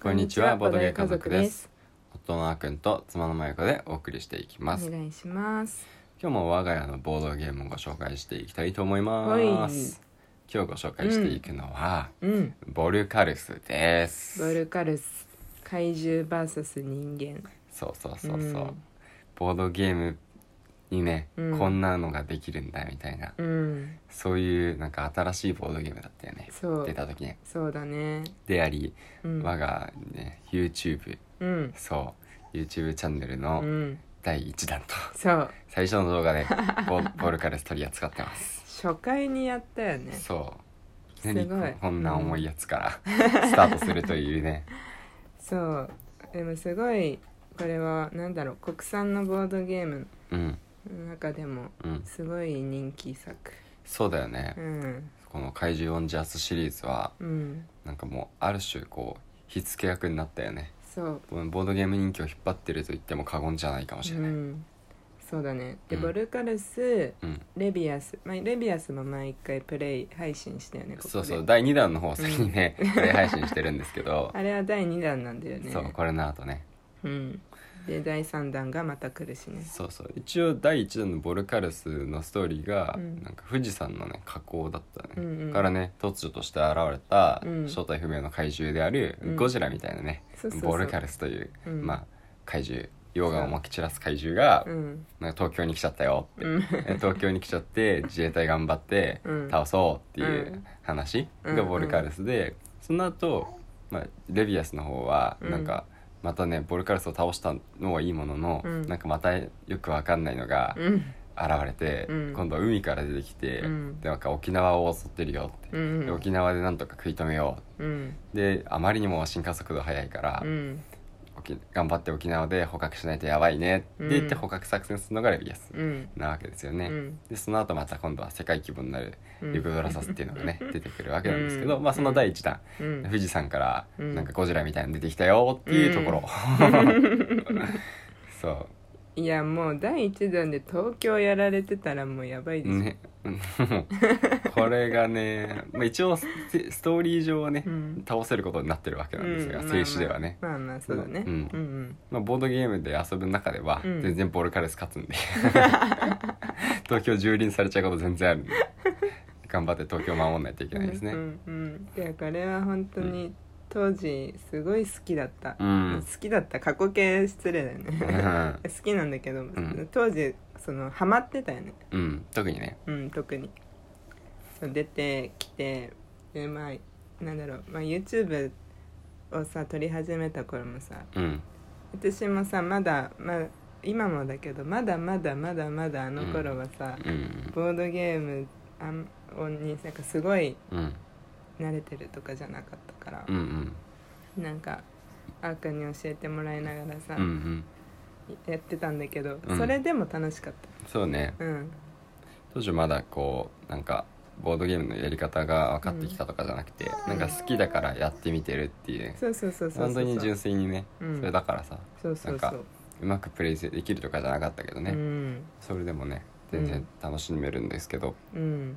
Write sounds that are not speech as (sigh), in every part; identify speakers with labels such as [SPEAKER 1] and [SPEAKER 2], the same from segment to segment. [SPEAKER 1] こんにちはボードゲー家族です。
[SPEAKER 2] 夫のあくんと妻のまゆこでお送りしていき
[SPEAKER 1] お
[SPEAKER 2] ます、
[SPEAKER 1] 願いします。
[SPEAKER 2] 今日も我が家のボードゲームをご紹介していきたいと思います、
[SPEAKER 1] はい
[SPEAKER 2] 今日ご紹介していくのは、
[SPEAKER 1] うん。
[SPEAKER 2] ボルカルスです
[SPEAKER 1] ボルカルス怪獣バーサス人間。
[SPEAKER 2] そうそうそうそう、
[SPEAKER 1] うん
[SPEAKER 2] ボードゲームにね、
[SPEAKER 1] うん
[SPEAKER 2] こんなのができるんだみたいな
[SPEAKER 1] うん。
[SPEAKER 2] そういうなんか新しいボードゲームだったよね
[SPEAKER 1] そう
[SPEAKER 2] 出た時ね
[SPEAKER 1] そうだね。
[SPEAKER 2] であり、
[SPEAKER 1] うん。
[SPEAKER 2] 我が、ね、YouTube
[SPEAKER 1] うん。
[SPEAKER 2] そう YouTube チャンネル
[SPEAKER 1] う
[SPEAKER 2] の
[SPEAKER 1] ん。
[SPEAKER 2] 第1弾と、
[SPEAKER 1] そう。
[SPEAKER 2] 最初の動
[SPEAKER 1] (laughs)
[SPEAKER 2] 画でボボルカルス取り扱ってます
[SPEAKER 1] 初回にやったよね。
[SPEAKER 2] そう
[SPEAKER 1] すごい
[SPEAKER 2] 何ここんな重いやつからスタートするという
[SPEAKER 1] (laughs)
[SPEAKER 2] ね
[SPEAKER 1] そう。でもすごいこれはなんだろう国産のボードゲーム
[SPEAKER 2] うん
[SPEAKER 1] の中でも
[SPEAKER 2] うん
[SPEAKER 1] すごい人気作。
[SPEAKER 2] そうだよね、
[SPEAKER 1] うん。
[SPEAKER 2] この怪獣オンジャスシリーズは
[SPEAKER 1] うん。
[SPEAKER 2] なんかもうある種こう火付け役になったよね
[SPEAKER 1] そう。
[SPEAKER 2] ボードゲーム人気を引っ張ってると言っても過言じゃないかもしれ
[SPEAKER 1] う
[SPEAKER 2] ない、うん
[SPEAKER 1] ん。そうだね。で、
[SPEAKER 2] うん
[SPEAKER 1] ボルカルス。レビアス、まあ、レビアスも毎回プレイ配信したよねここで
[SPEAKER 2] そうそう第2弾の方を先にね、プレイ配信してるんですけど、
[SPEAKER 1] あれ (laughs) は第2弾なんだよね
[SPEAKER 2] そうこれの後ね
[SPEAKER 1] うん、で第3弾がまた来るしね
[SPEAKER 2] そうそう一応第1弾のボルカルスのストーリーが、
[SPEAKER 1] うん
[SPEAKER 2] なんか富士山のね火口だったね、
[SPEAKER 1] うんうん
[SPEAKER 2] からね突如として現れた
[SPEAKER 1] うん
[SPEAKER 2] 正体不明の怪獣である
[SPEAKER 1] うん
[SPEAKER 2] ゴジラみたいなね、
[SPEAKER 1] そうそうそう
[SPEAKER 2] ボルカルスという、
[SPEAKER 1] うん
[SPEAKER 2] まあ怪獣溶岩をまき散らす怪獣が、
[SPEAKER 1] うん
[SPEAKER 2] なんか東京に来ちゃったよって、
[SPEAKER 1] うん
[SPEAKER 2] 東京に来ちゃって自衛隊頑張って
[SPEAKER 1] うん
[SPEAKER 2] 倒そうっていううん話
[SPEAKER 1] うんう
[SPEAKER 2] が
[SPEAKER 1] ん
[SPEAKER 2] ボルカルスで、その後、まあレビアスの方は
[SPEAKER 1] うん
[SPEAKER 2] なんか、またねボルカルスを倒したのはいいものの、
[SPEAKER 1] うん
[SPEAKER 2] なんかまたよくわかんないのが
[SPEAKER 1] うん
[SPEAKER 2] 現れて、
[SPEAKER 1] うん
[SPEAKER 2] 今度は海から出てきて、
[SPEAKER 1] うん
[SPEAKER 2] でなんか沖縄を襲ってるよって、
[SPEAKER 1] うん
[SPEAKER 2] で沖縄でなんとか食い止めよ
[SPEAKER 1] うん
[SPEAKER 2] うであまりにも進化速度速いから、
[SPEAKER 1] うん
[SPEAKER 2] 沖頑張って沖縄で捕獲しないとやばいねって言って
[SPEAKER 1] うん
[SPEAKER 2] 捕獲作戦するのがレビアス
[SPEAKER 1] うん
[SPEAKER 2] なわけですよね。
[SPEAKER 1] うん
[SPEAKER 2] でその後また今度は世界規模になる
[SPEAKER 1] うん
[SPEAKER 2] ユグドラサスっていうの
[SPEAKER 1] (laughs)
[SPEAKER 2] がね出てくるわけなんですけど、
[SPEAKER 1] うん
[SPEAKER 2] まあその第1弾、
[SPEAKER 1] うん
[SPEAKER 2] 富士山から
[SPEAKER 1] うん
[SPEAKER 2] なんかゴジラみたいなの出てきたよっていうところ、 (laughs)
[SPEAKER 1] (laughs)
[SPEAKER 2] そ
[SPEAKER 1] いやもう第1弾で東京やられてたらもうやばいで
[SPEAKER 2] う
[SPEAKER 1] しょ、
[SPEAKER 2] ね (laughs) これがね、まあ、一応スストーリー上はね、
[SPEAKER 1] うん
[SPEAKER 2] 倒せることになってるわけなんですが、
[SPEAKER 1] う
[SPEAKER 2] 静止ではね、
[SPEAKER 1] まあまあそうだね、
[SPEAKER 2] うん
[SPEAKER 1] うん
[SPEAKER 2] まあ、ボードゲームで遊ぶ中では
[SPEAKER 1] うん
[SPEAKER 2] 全然ボールカレス勝つ
[SPEAKER 1] (laughs)
[SPEAKER 2] んで東京蹂躙されちゃうこと全然あるんで頑張って東京守んないといけないですね。
[SPEAKER 1] うんうんうんいやこれは本当に当時すごい好きだった、
[SPEAKER 2] うん
[SPEAKER 1] 好きだった過去形失礼だ
[SPEAKER 2] (laughs)
[SPEAKER 1] よね好きなんだけど、
[SPEAKER 2] ん
[SPEAKER 1] 当時そのハマってたよね
[SPEAKER 2] うん、うん、特にね
[SPEAKER 1] うん特にそう出てきてでまあなんだろう、まあ、YouTube をさ撮り始めた頃もさ
[SPEAKER 2] うん
[SPEAKER 1] 私もさまだ、まあ、今もだけどまだまだまだまだあの頃はさ、
[SPEAKER 2] うん
[SPEAKER 1] ボードゲームあんになんかすごい
[SPEAKER 2] うん
[SPEAKER 1] 慣れてるとかじゃなかったから
[SPEAKER 2] う、ん
[SPEAKER 1] なんかあーくんに教えてもらいながらさ、
[SPEAKER 2] うんうん
[SPEAKER 1] やってたんだけど、
[SPEAKER 2] うん
[SPEAKER 1] それでも楽しかっ
[SPEAKER 2] そうね
[SPEAKER 1] たうん
[SPEAKER 2] 当時まだこうなんかボードゲームのやり方が分かってきたとかじゃなくて、なんか好きだからやってみてるっていうね
[SPEAKER 1] そうそうそうそうそう
[SPEAKER 2] 本当に純粋にね、
[SPEAKER 1] うん
[SPEAKER 2] それだからさ
[SPEAKER 1] そうそう
[SPEAKER 2] な
[SPEAKER 1] そ
[SPEAKER 2] ん
[SPEAKER 1] う
[SPEAKER 2] うまくプレイできるとかじゃなかったけどね、
[SPEAKER 1] うん
[SPEAKER 2] それでもね全然楽しめるんですけど、
[SPEAKER 1] うん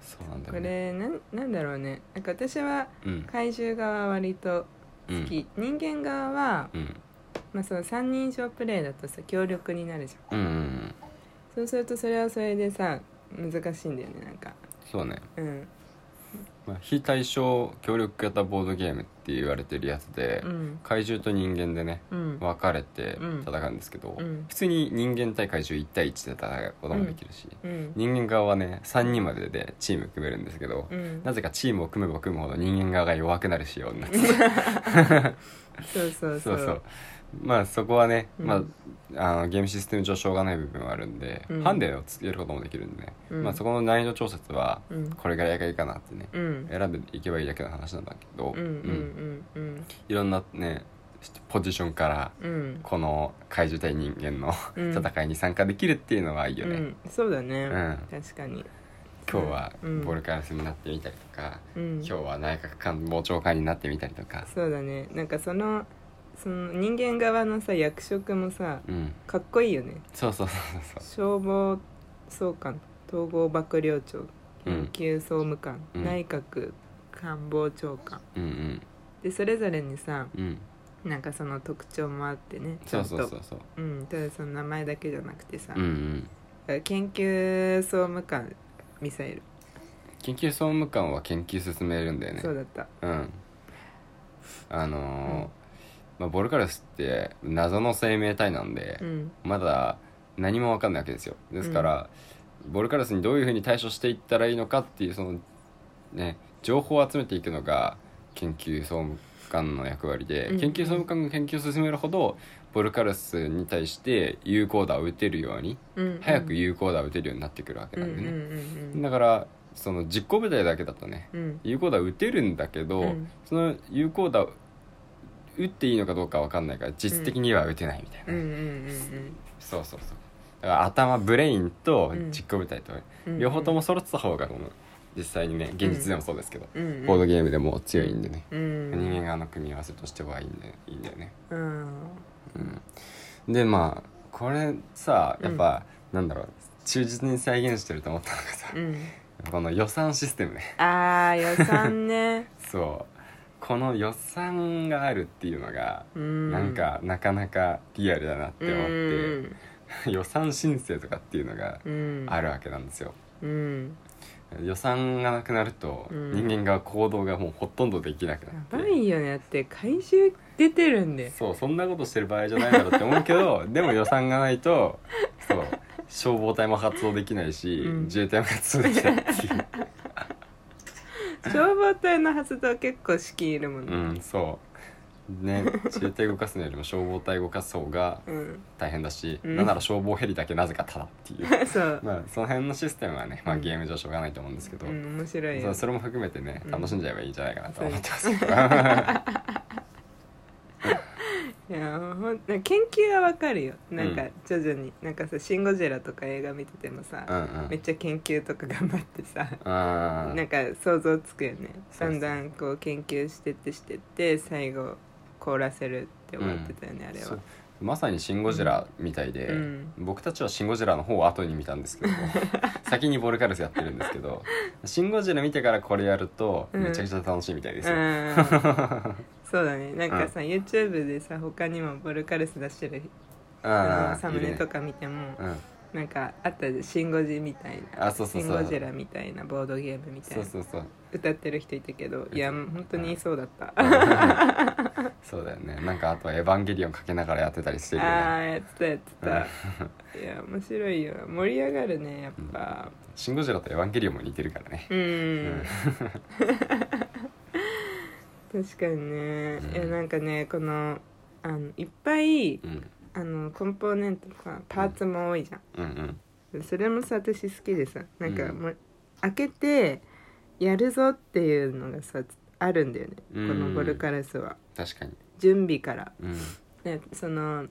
[SPEAKER 2] そうなんだ
[SPEAKER 1] こ
[SPEAKER 2] よね
[SPEAKER 1] れなんなんだろうねなんか私は
[SPEAKER 2] うん
[SPEAKER 1] 怪獣側は割と好き、人間側は、
[SPEAKER 2] うん
[SPEAKER 1] まあ、その3人称プレイだとさ協力になるじゃん
[SPEAKER 2] うん、うんうん、
[SPEAKER 1] そうするとそれはそれでさ難しいんだよねなんか
[SPEAKER 2] そうね、
[SPEAKER 1] うん
[SPEAKER 2] まあ、非対称協力型ボードゲームって言われてるやつで、
[SPEAKER 1] うん
[SPEAKER 2] 怪獣と人間でね
[SPEAKER 1] うん
[SPEAKER 2] 分かれて
[SPEAKER 1] うん
[SPEAKER 2] 戦うんですけど、
[SPEAKER 1] うん
[SPEAKER 2] 普通に人間対怪獣1対1で戦うこともできるし、
[SPEAKER 1] うん
[SPEAKER 2] 人間側はね3人まででチーム組めるんですけど、
[SPEAKER 1] うん
[SPEAKER 2] なぜかチームを組めば組むほど人間側が弱くなる仕様にな
[SPEAKER 1] (laughs)
[SPEAKER 2] って
[SPEAKER 1] そうそう
[SPEAKER 2] そ
[SPEAKER 1] そうう
[SPEAKER 2] そうまあそこはね、
[SPEAKER 1] うん
[SPEAKER 2] まあ、あのゲームシステム上しょうがない部分はあるんで、
[SPEAKER 1] うん
[SPEAKER 2] ハンデをつけることもできるんでね、
[SPEAKER 1] うん
[SPEAKER 2] まあ、そこの難易度調節は
[SPEAKER 1] うん
[SPEAKER 2] これぐらいがいいかなってね、
[SPEAKER 1] うん
[SPEAKER 2] 選んでいけばいいだけの話なんだけど、
[SPEAKER 1] うんうんうん
[SPEAKER 2] いろんなねポジションから
[SPEAKER 1] うんうん
[SPEAKER 2] この怪獣対人間の
[SPEAKER 1] うん
[SPEAKER 2] 戦いに参加できるっていうのはいいよね、
[SPEAKER 1] うんそうだね、
[SPEAKER 2] うん
[SPEAKER 1] 確かに
[SPEAKER 2] 今日は
[SPEAKER 1] うん
[SPEAKER 2] ボルカラスになってみたりとか、
[SPEAKER 1] うん
[SPEAKER 2] 今日は内閣官房長官になってみたりとか
[SPEAKER 1] そうだねなんかそのその人間側のさ役職もさ
[SPEAKER 2] うん
[SPEAKER 1] かっこいいよね
[SPEAKER 2] そうそうそうそう
[SPEAKER 1] 消防総監統合幕僚長
[SPEAKER 2] うん
[SPEAKER 1] 緊急総務官、
[SPEAKER 2] うん
[SPEAKER 1] 内閣官房長官
[SPEAKER 2] うんうん
[SPEAKER 1] でそれぞれにさ
[SPEAKER 2] うん
[SPEAKER 1] なんかその特徴もあってねち
[SPEAKER 2] そ
[SPEAKER 1] ゃ
[SPEAKER 2] うん
[SPEAKER 1] と
[SPEAKER 2] そうそうそう
[SPEAKER 1] うん、ただその名前だけじゃなくてさ、
[SPEAKER 2] うんうん
[SPEAKER 1] 研究総務官ミサイル、
[SPEAKER 2] 研究総務官は研究進めるんだよね
[SPEAKER 1] そうだった
[SPEAKER 2] うんあのーまあ、ボルカルスって謎の生命体なんで、
[SPEAKER 1] うん
[SPEAKER 2] まだ何も分かんないわけですよですから、ボルカルスにどういうふうに対処していったらいいのかっていうそのね情報を集めていくのが研究総務官の役割で、
[SPEAKER 1] うん
[SPEAKER 2] 研究総務官が研究を進めるほどボルカルスに対して有効打を打てるように
[SPEAKER 1] うん
[SPEAKER 2] 早く
[SPEAKER 1] う
[SPEAKER 2] 有効打を打てるようになってくるわけ
[SPEAKER 1] ん
[SPEAKER 2] な
[SPEAKER 1] うん
[SPEAKER 2] んでね、
[SPEAKER 1] うん
[SPEAKER 2] だからその実行部隊だけだとね
[SPEAKER 1] うんうん
[SPEAKER 2] 有効打打てるんだけど、
[SPEAKER 1] うん
[SPEAKER 2] その有効打打っていいのかどうか分かんないから実質的には打てないみたいな
[SPEAKER 1] うんう
[SPEAKER 2] ね、
[SPEAKER 1] んうん
[SPEAKER 2] そうそうそうだから頭ブレインと
[SPEAKER 1] うん
[SPEAKER 2] 実行部隊と、
[SPEAKER 1] うん
[SPEAKER 2] 両方とも揃ってた方がこの実際にね現実でもそうですけど、
[SPEAKER 1] うんうん
[SPEAKER 2] ボードゲームでも強いんでね、
[SPEAKER 1] うん
[SPEAKER 2] 人間側の組み合わせとしてはいいんだよいいんだよね、
[SPEAKER 1] うん
[SPEAKER 2] うん、でまあこれさやっぱ、なんだろう忠実に再現してると思ったのがさ、
[SPEAKER 1] うん
[SPEAKER 2] この予算システムね (laughs)
[SPEAKER 1] あー予算ね
[SPEAKER 2] そうこの予算があるっていうのが、
[SPEAKER 1] うん
[SPEAKER 2] なんかなかなかリアルだなって思って、 (laughs) 予算申請とかっていうのが
[SPEAKER 1] うん
[SPEAKER 2] あるわけなんですよ、
[SPEAKER 1] うん
[SPEAKER 2] 予算がなくなると
[SPEAKER 1] うん
[SPEAKER 2] 人間が行動がもうほとんどできなくな
[SPEAKER 1] や
[SPEAKER 2] って、
[SPEAKER 1] ばいよねだって回収出てるんで
[SPEAKER 2] そうそんなことしてる場合じゃないだろうって思うけ
[SPEAKER 1] (laughs)
[SPEAKER 2] どでも予算がないとそう消防隊も発動できないし、
[SPEAKER 1] うん
[SPEAKER 2] 自衛隊も発動できないっていう、
[SPEAKER 1] 消防隊の発動結構資金いるもん
[SPEAKER 2] う
[SPEAKER 1] ね
[SPEAKER 2] ん、そうね自衛隊動かすのよりも消防隊動かす方が
[SPEAKER 1] うん (laughs)
[SPEAKER 2] 大変だし、
[SPEAKER 1] うん
[SPEAKER 2] なんなら消防ヘリだけなぜかただっていう、
[SPEAKER 1] そう
[SPEAKER 2] まあ、その辺のシステムはね、まあ、
[SPEAKER 1] うん
[SPEAKER 2] ゲーム上しょうがないと思うんですけど、
[SPEAKER 1] うん面白い
[SPEAKER 2] そ
[SPEAKER 1] よ
[SPEAKER 2] うそれも含めてね
[SPEAKER 1] うん
[SPEAKER 2] 楽しんじゃえばいいんじゃないかなと思ってます、 (laughs)
[SPEAKER 1] いやほん研究はわかるよなん
[SPEAKER 2] う
[SPEAKER 1] か
[SPEAKER 2] ん
[SPEAKER 1] 徐々に、なんかさ「シン・ゴジラ」とか映画見ててもさ、
[SPEAKER 2] うんうん
[SPEAKER 1] めっちゃ研究とか頑張ってさ、
[SPEAKER 2] あ
[SPEAKER 1] なんか想像つくよね
[SPEAKER 2] そう
[SPEAKER 1] だ
[SPEAKER 2] そうん
[SPEAKER 1] だんこう研究してってしてって最後凍らせるって思ってたよね、あれ
[SPEAKER 2] そ
[SPEAKER 1] は
[SPEAKER 2] うまさに「シン・ゴジラ」みたいで、
[SPEAKER 1] うん
[SPEAKER 2] 僕たちは「シン・ゴジラ」の方を後に見たんですけ
[SPEAKER 1] (laughs)
[SPEAKER 2] ど先にボルカルスやってるんですけど「シン・ゴジラ」見てからこれやると
[SPEAKER 1] うん
[SPEAKER 2] めちゃくちゃ楽しいみたいです
[SPEAKER 1] う
[SPEAKER 2] よ、 (laughs)
[SPEAKER 1] んそうだねなんかさ、YouTube でさ他にもボルカルス出してるあ
[SPEAKER 2] あ
[SPEAKER 1] のサムネとか見ても、
[SPEAKER 2] うん、
[SPEAKER 1] なんかあったじゃんシン・ゴジみたいな
[SPEAKER 2] あそうそうそう
[SPEAKER 1] シン・ゴジラみたいなボードゲームみた
[SPEAKER 2] そう
[SPEAKER 1] いな
[SPEAKER 2] そう
[SPEAKER 1] (laughs)
[SPEAKER 2] そう
[SPEAKER 1] 歌ってる人いたけどいやもう本当にそうだった、
[SPEAKER 2] そうだよねなんかあとは「エヴァンゲリオン」かけながらやってたりしてるよ
[SPEAKER 1] あ
[SPEAKER 2] ね
[SPEAKER 1] あやってたやってたいや面白いよ盛り上がるねやっぱ
[SPEAKER 2] 「シン・ゴジラ」と「エヴァンゲリオン」も似てるからね
[SPEAKER 1] うん、確かにねいやなんかねこのあのいっぱい
[SPEAKER 2] うん
[SPEAKER 1] あのコンポーネントとかパーツも多いじゃん、
[SPEAKER 2] うんうん
[SPEAKER 1] それもさ私好きでさなんか
[SPEAKER 2] うん
[SPEAKER 1] もう、開けてやるぞっていうのがさあるんだよねこ
[SPEAKER 2] うん
[SPEAKER 1] のボルカラスは
[SPEAKER 2] 確かに
[SPEAKER 1] 準備から
[SPEAKER 2] うん
[SPEAKER 1] ねその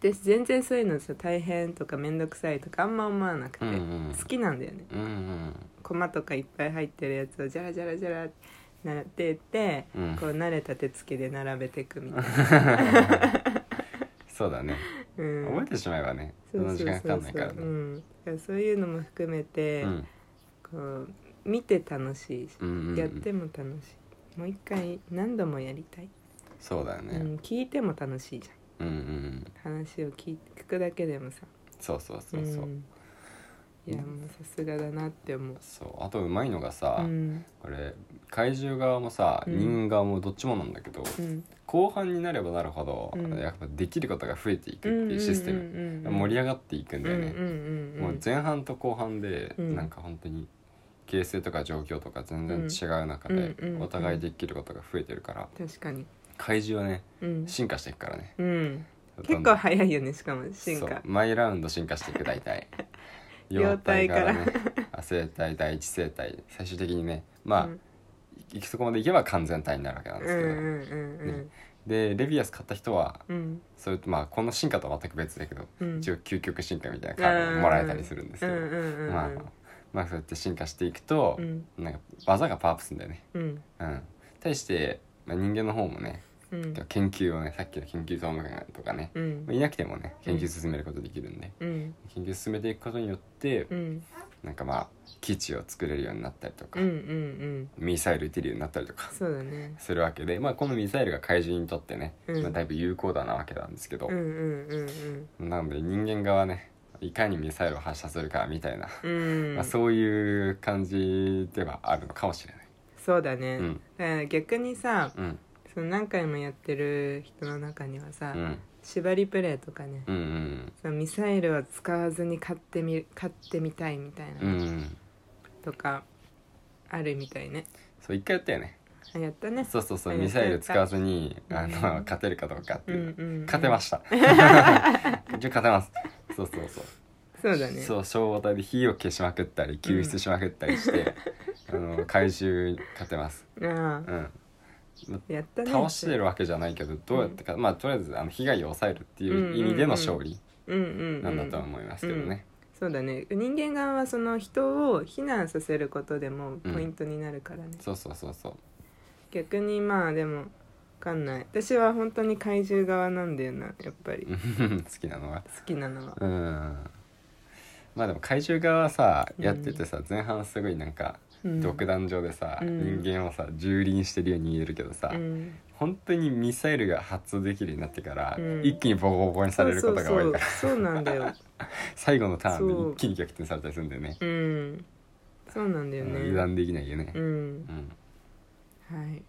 [SPEAKER 1] 私全然そういうのさ大変とか面倒くさいとかあんま思わなくて、
[SPEAKER 2] うんうん
[SPEAKER 1] 好きなんだよね
[SPEAKER 2] うんうん
[SPEAKER 1] コマとかいっぱい入ってるやつをジャラジャラジャラ並ってって、
[SPEAKER 2] うん
[SPEAKER 1] こう慣れた手つきで並べていくみたいな、
[SPEAKER 2] そうだね
[SPEAKER 1] うん、
[SPEAKER 2] 覚えてしまえばねその時間かかんないから
[SPEAKER 1] う
[SPEAKER 2] ね
[SPEAKER 1] ん、だからそういうのも含めて、
[SPEAKER 2] うん
[SPEAKER 1] こう見て楽しいし、
[SPEAKER 2] うんうんうん
[SPEAKER 1] やっても楽しいもう一回何度もやりたい、
[SPEAKER 2] そうだよね、
[SPEAKER 1] うん、聞いても楽しいじ
[SPEAKER 2] うんうんうん
[SPEAKER 1] ゃん話を聞い聞くだけでもさ
[SPEAKER 2] そうそうそうそう、
[SPEAKER 1] ん、いやもうさすがだなって思う
[SPEAKER 2] そうあとうまいのがさ、
[SPEAKER 1] うん
[SPEAKER 2] これ怪獣側もさ、
[SPEAKER 1] うん
[SPEAKER 2] 人間側もどっちもなんだけど、
[SPEAKER 1] うん
[SPEAKER 2] 後半になればなるほど、
[SPEAKER 1] うん
[SPEAKER 2] やっぱできることが増えていくっていうシステム、盛り上がっていくんだよね、
[SPEAKER 1] うんうんうん
[SPEAKER 2] もう前半と後半で、
[SPEAKER 1] うん
[SPEAKER 2] なんか本当に形勢とか状況とか全然違う中で、
[SPEAKER 1] うんうんうん
[SPEAKER 2] お互いできることが増えてるから
[SPEAKER 1] 確かに、
[SPEAKER 2] 怪獣はね
[SPEAKER 1] うん
[SPEAKER 2] 進化していくからね
[SPEAKER 1] うん、
[SPEAKER 2] どんどん
[SPEAKER 1] 結構早いよねしかも進
[SPEAKER 2] そう
[SPEAKER 1] 化
[SPEAKER 2] 毎ラウンド進化していく大体
[SPEAKER 1] (laughs) 幼体から
[SPEAKER 2] ね亜生体第一生体最終的にねまあ、
[SPEAKER 1] うん
[SPEAKER 2] 行きそこまでいけば完全体になるわけなん
[SPEAKER 1] う
[SPEAKER 2] で
[SPEAKER 1] ん
[SPEAKER 2] すけど、
[SPEAKER 1] うんうんうん
[SPEAKER 2] でレビアス買った人は
[SPEAKER 1] うん
[SPEAKER 2] それとまあこの進化とは全く別だけど、
[SPEAKER 1] うん
[SPEAKER 2] 一応究極進化みたいなカードがもらえたりするんです
[SPEAKER 1] う
[SPEAKER 2] け
[SPEAKER 1] ん
[SPEAKER 2] ど、
[SPEAKER 1] うんうん
[SPEAKER 2] まあまあそうやって進化していくと、
[SPEAKER 1] うん
[SPEAKER 2] なんか技がパワーアップするんだよね、
[SPEAKER 1] うん
[SPEAKER 2] うん、対して、まあ、人間の方もね
[SPEAKER 1] うん
[SPEAKER 2] でも研究をねさっきの研究総務官とかね、
[SPEAKER 1] うん
[SPEAKER 2] まあいなくてもね研究進めることできるんで、
[SPEAKER 1] うん
[SPEAKER 2] 研究進めていくことによって、
[SPEAKER 1] うん
[SPEAKER 2] なんかまあ基地を作れるようになったりとか、
[SPEAKER 1] うんうんうん
[SPEAKER 2] ミサイル撃てるようになったりとか
[SPEAKER 1] そうだね
[SPEAKER 2] するわけで、まあ、このミサイルが怪獣にとってね、
[SPEAKER 1] うん
[SPEAKER 2] まあ、だいぶ有効だなわけなんですけど
[SPEAKER 1] うん、うんうん
[SPEAKER 2] なので人間側ねいかにミサイルを発射するかみたいな、
[SPEAKER 1] うんう
[SPEAKER 2] まあ、
[SPEAKER 1] ん
[SPEAKER 2] そういう感じではあるのかもしれない。
[SPEAKER 1] そうだね、
[SPEAKER 2] うん
[SPEAKER 1] だから逆にさ
[SPEAKER 2] うん
[SPEAKER 1] その何回もやってる人の中にはさ、
[SPEAKER 2] うん
[SPEAKER 1] 縛りプレイとかね、
[SPEAKER 2] うんうん
[SPEAKER 1] そのミサイルを使わずに買ってみ買ってみたいみたいな、
[SPEAKER 2] うんうん
[SPEAKER 1] とかあるみたいね
[SPEAKER 2] そう一回やったよね
[SPEAKER 1] あやったね
[SPEAKER 2] そうそうそう
[SPEAKER 1] あや
[SPEAKER 2] ミ
[SPEAKER 1] った
[SPEAKER 2] サイル使わずに
[SPEAKER 1] や
[SPEAKER 2] あ
[SPEAKER 1] った
[SPEAKER 2] の勝てるかどうかって
[SPEAKER 1] う
[SPEAKER 2] い
[SPEAKER 1] ん
[SPEAKER 2] う、
[SPEAKER 1] うん、うん、
[SPEAKER 2] 勝てま
[SPEAKER 1] し (laughs)
[SPEAKER 2] した一応勝てますそうそうそう
[SPEAKER 1] たそうだね
[SPEAKER 2] そう消防隊で火を消しまくったり救出しまくったり
[SPEAKER 1] (laughs)
[SPEAKER 2] して、あの怪獣勝てます、
[SPEAKER 1] あ
[SPEAKER 2] う
[SPEAKER 1] あ
[SPEAKER 2] ん、
[SPEAKER 1] やったね
[SPEAKER 2] 倒してるわけじゃないけどどうやってか、まあとりあえずあの被害を抑えるっていう意味での勝利
[SPEAKER 1] うんうん、
[SPEAKER 2] な
[SPEAKER 1] うんん、
[SPEAKER 2] だとは思いますけどね、
[SPEAKER 1] そうだね人間側はその人を避難させることでもポイントになるからね、
[SPEAKER 2] そうそうそう (laughs) そう
[SPEAKER 1] 逆にまあでもわかんない私は本当に怪獣側なんだよなやっぱり
[SPEAKER 2] うん好きなのは
[SPEAKER 1] 好きなのは
[SPEAKER 2] うんまあでも怪獣側はさやっててさ前半すごいなんか
[SPEAKER 1] うん
[SPEAKER 2] 独壇場でさ、
[SPEAKER 1] うん
[SPEAKER 2] 人間をさ蹂躙してるように言えるけどさ、
[SPEAKER 1] うん
[SPEAKER 2] 本当にミサイルが発動できるようになってから、
[SPEAKER 1] うん
[SPEAKER 2] 一気にボコボコにされることが多いから
[SPEAKER 1] そうそうそうそうなん
[SPEAKER 2] (laughs)
[SPEAKER 1] だよ
[SPEAKER 2] 最後のターン
[SPEAKER 1] そ
[SPEAKER 2] で
[SPEAKER 1] う
[SPEAKER 2] 一気に逆転されたりするんだよね
[SPEAKER 1] うんそうなんだよね
[SPEAKER 2] 油断できないよね、
[SPEAKER 1] う
[SPEAKER 2] うんん
[SPEAKER 1] はい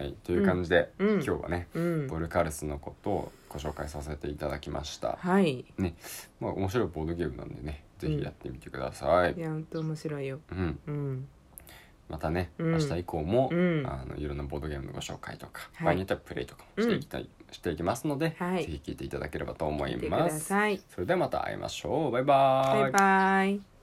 [SPEAKER 2] はい、という感じで、
[SPEAKER 1] うんうん
[SPEAKER 2] 今日はね、
[SPEAKER 1] うん
[SPEAKER 2] ボルカルスのことをご紹介させていただきました、
[SPEAKER 1] はい
[SPEAKER 2] まあ面白いボードゲームなんでねぜひやってみてください、
[SPEAKER 1] いや本当面白いよ
[SPEAKER 2] うん、
[SPEAKER 1] うん
[SPEAKER 2] またね、
[SPEAKER 1] うん
[SPEAKER 2] 明日以降も、
[SPEAKER 1] うん
[SPEAKER 2] あのいろんなボードゲームのご紹介とか、
[SPEAKER 1] はい
[SPEAKER 2] 場合によってはプレイとかもしていきたい、していきますので、
[SPEAKER 1] はい
[SPEAKER 2] ぜひ聞いていただければと思
[SPEAKER 1] 見
[SPEAKER 2] い
[SPEAKER 1] てく
[SPEAKER 2] ま
[SPEAKER 1] だ
[SPEAKER 2] す。
[SPEAKER 1] さい
[SPEAKER 2] それではまた会いましょう。バイバー
[SPEAKER 1] バイバイ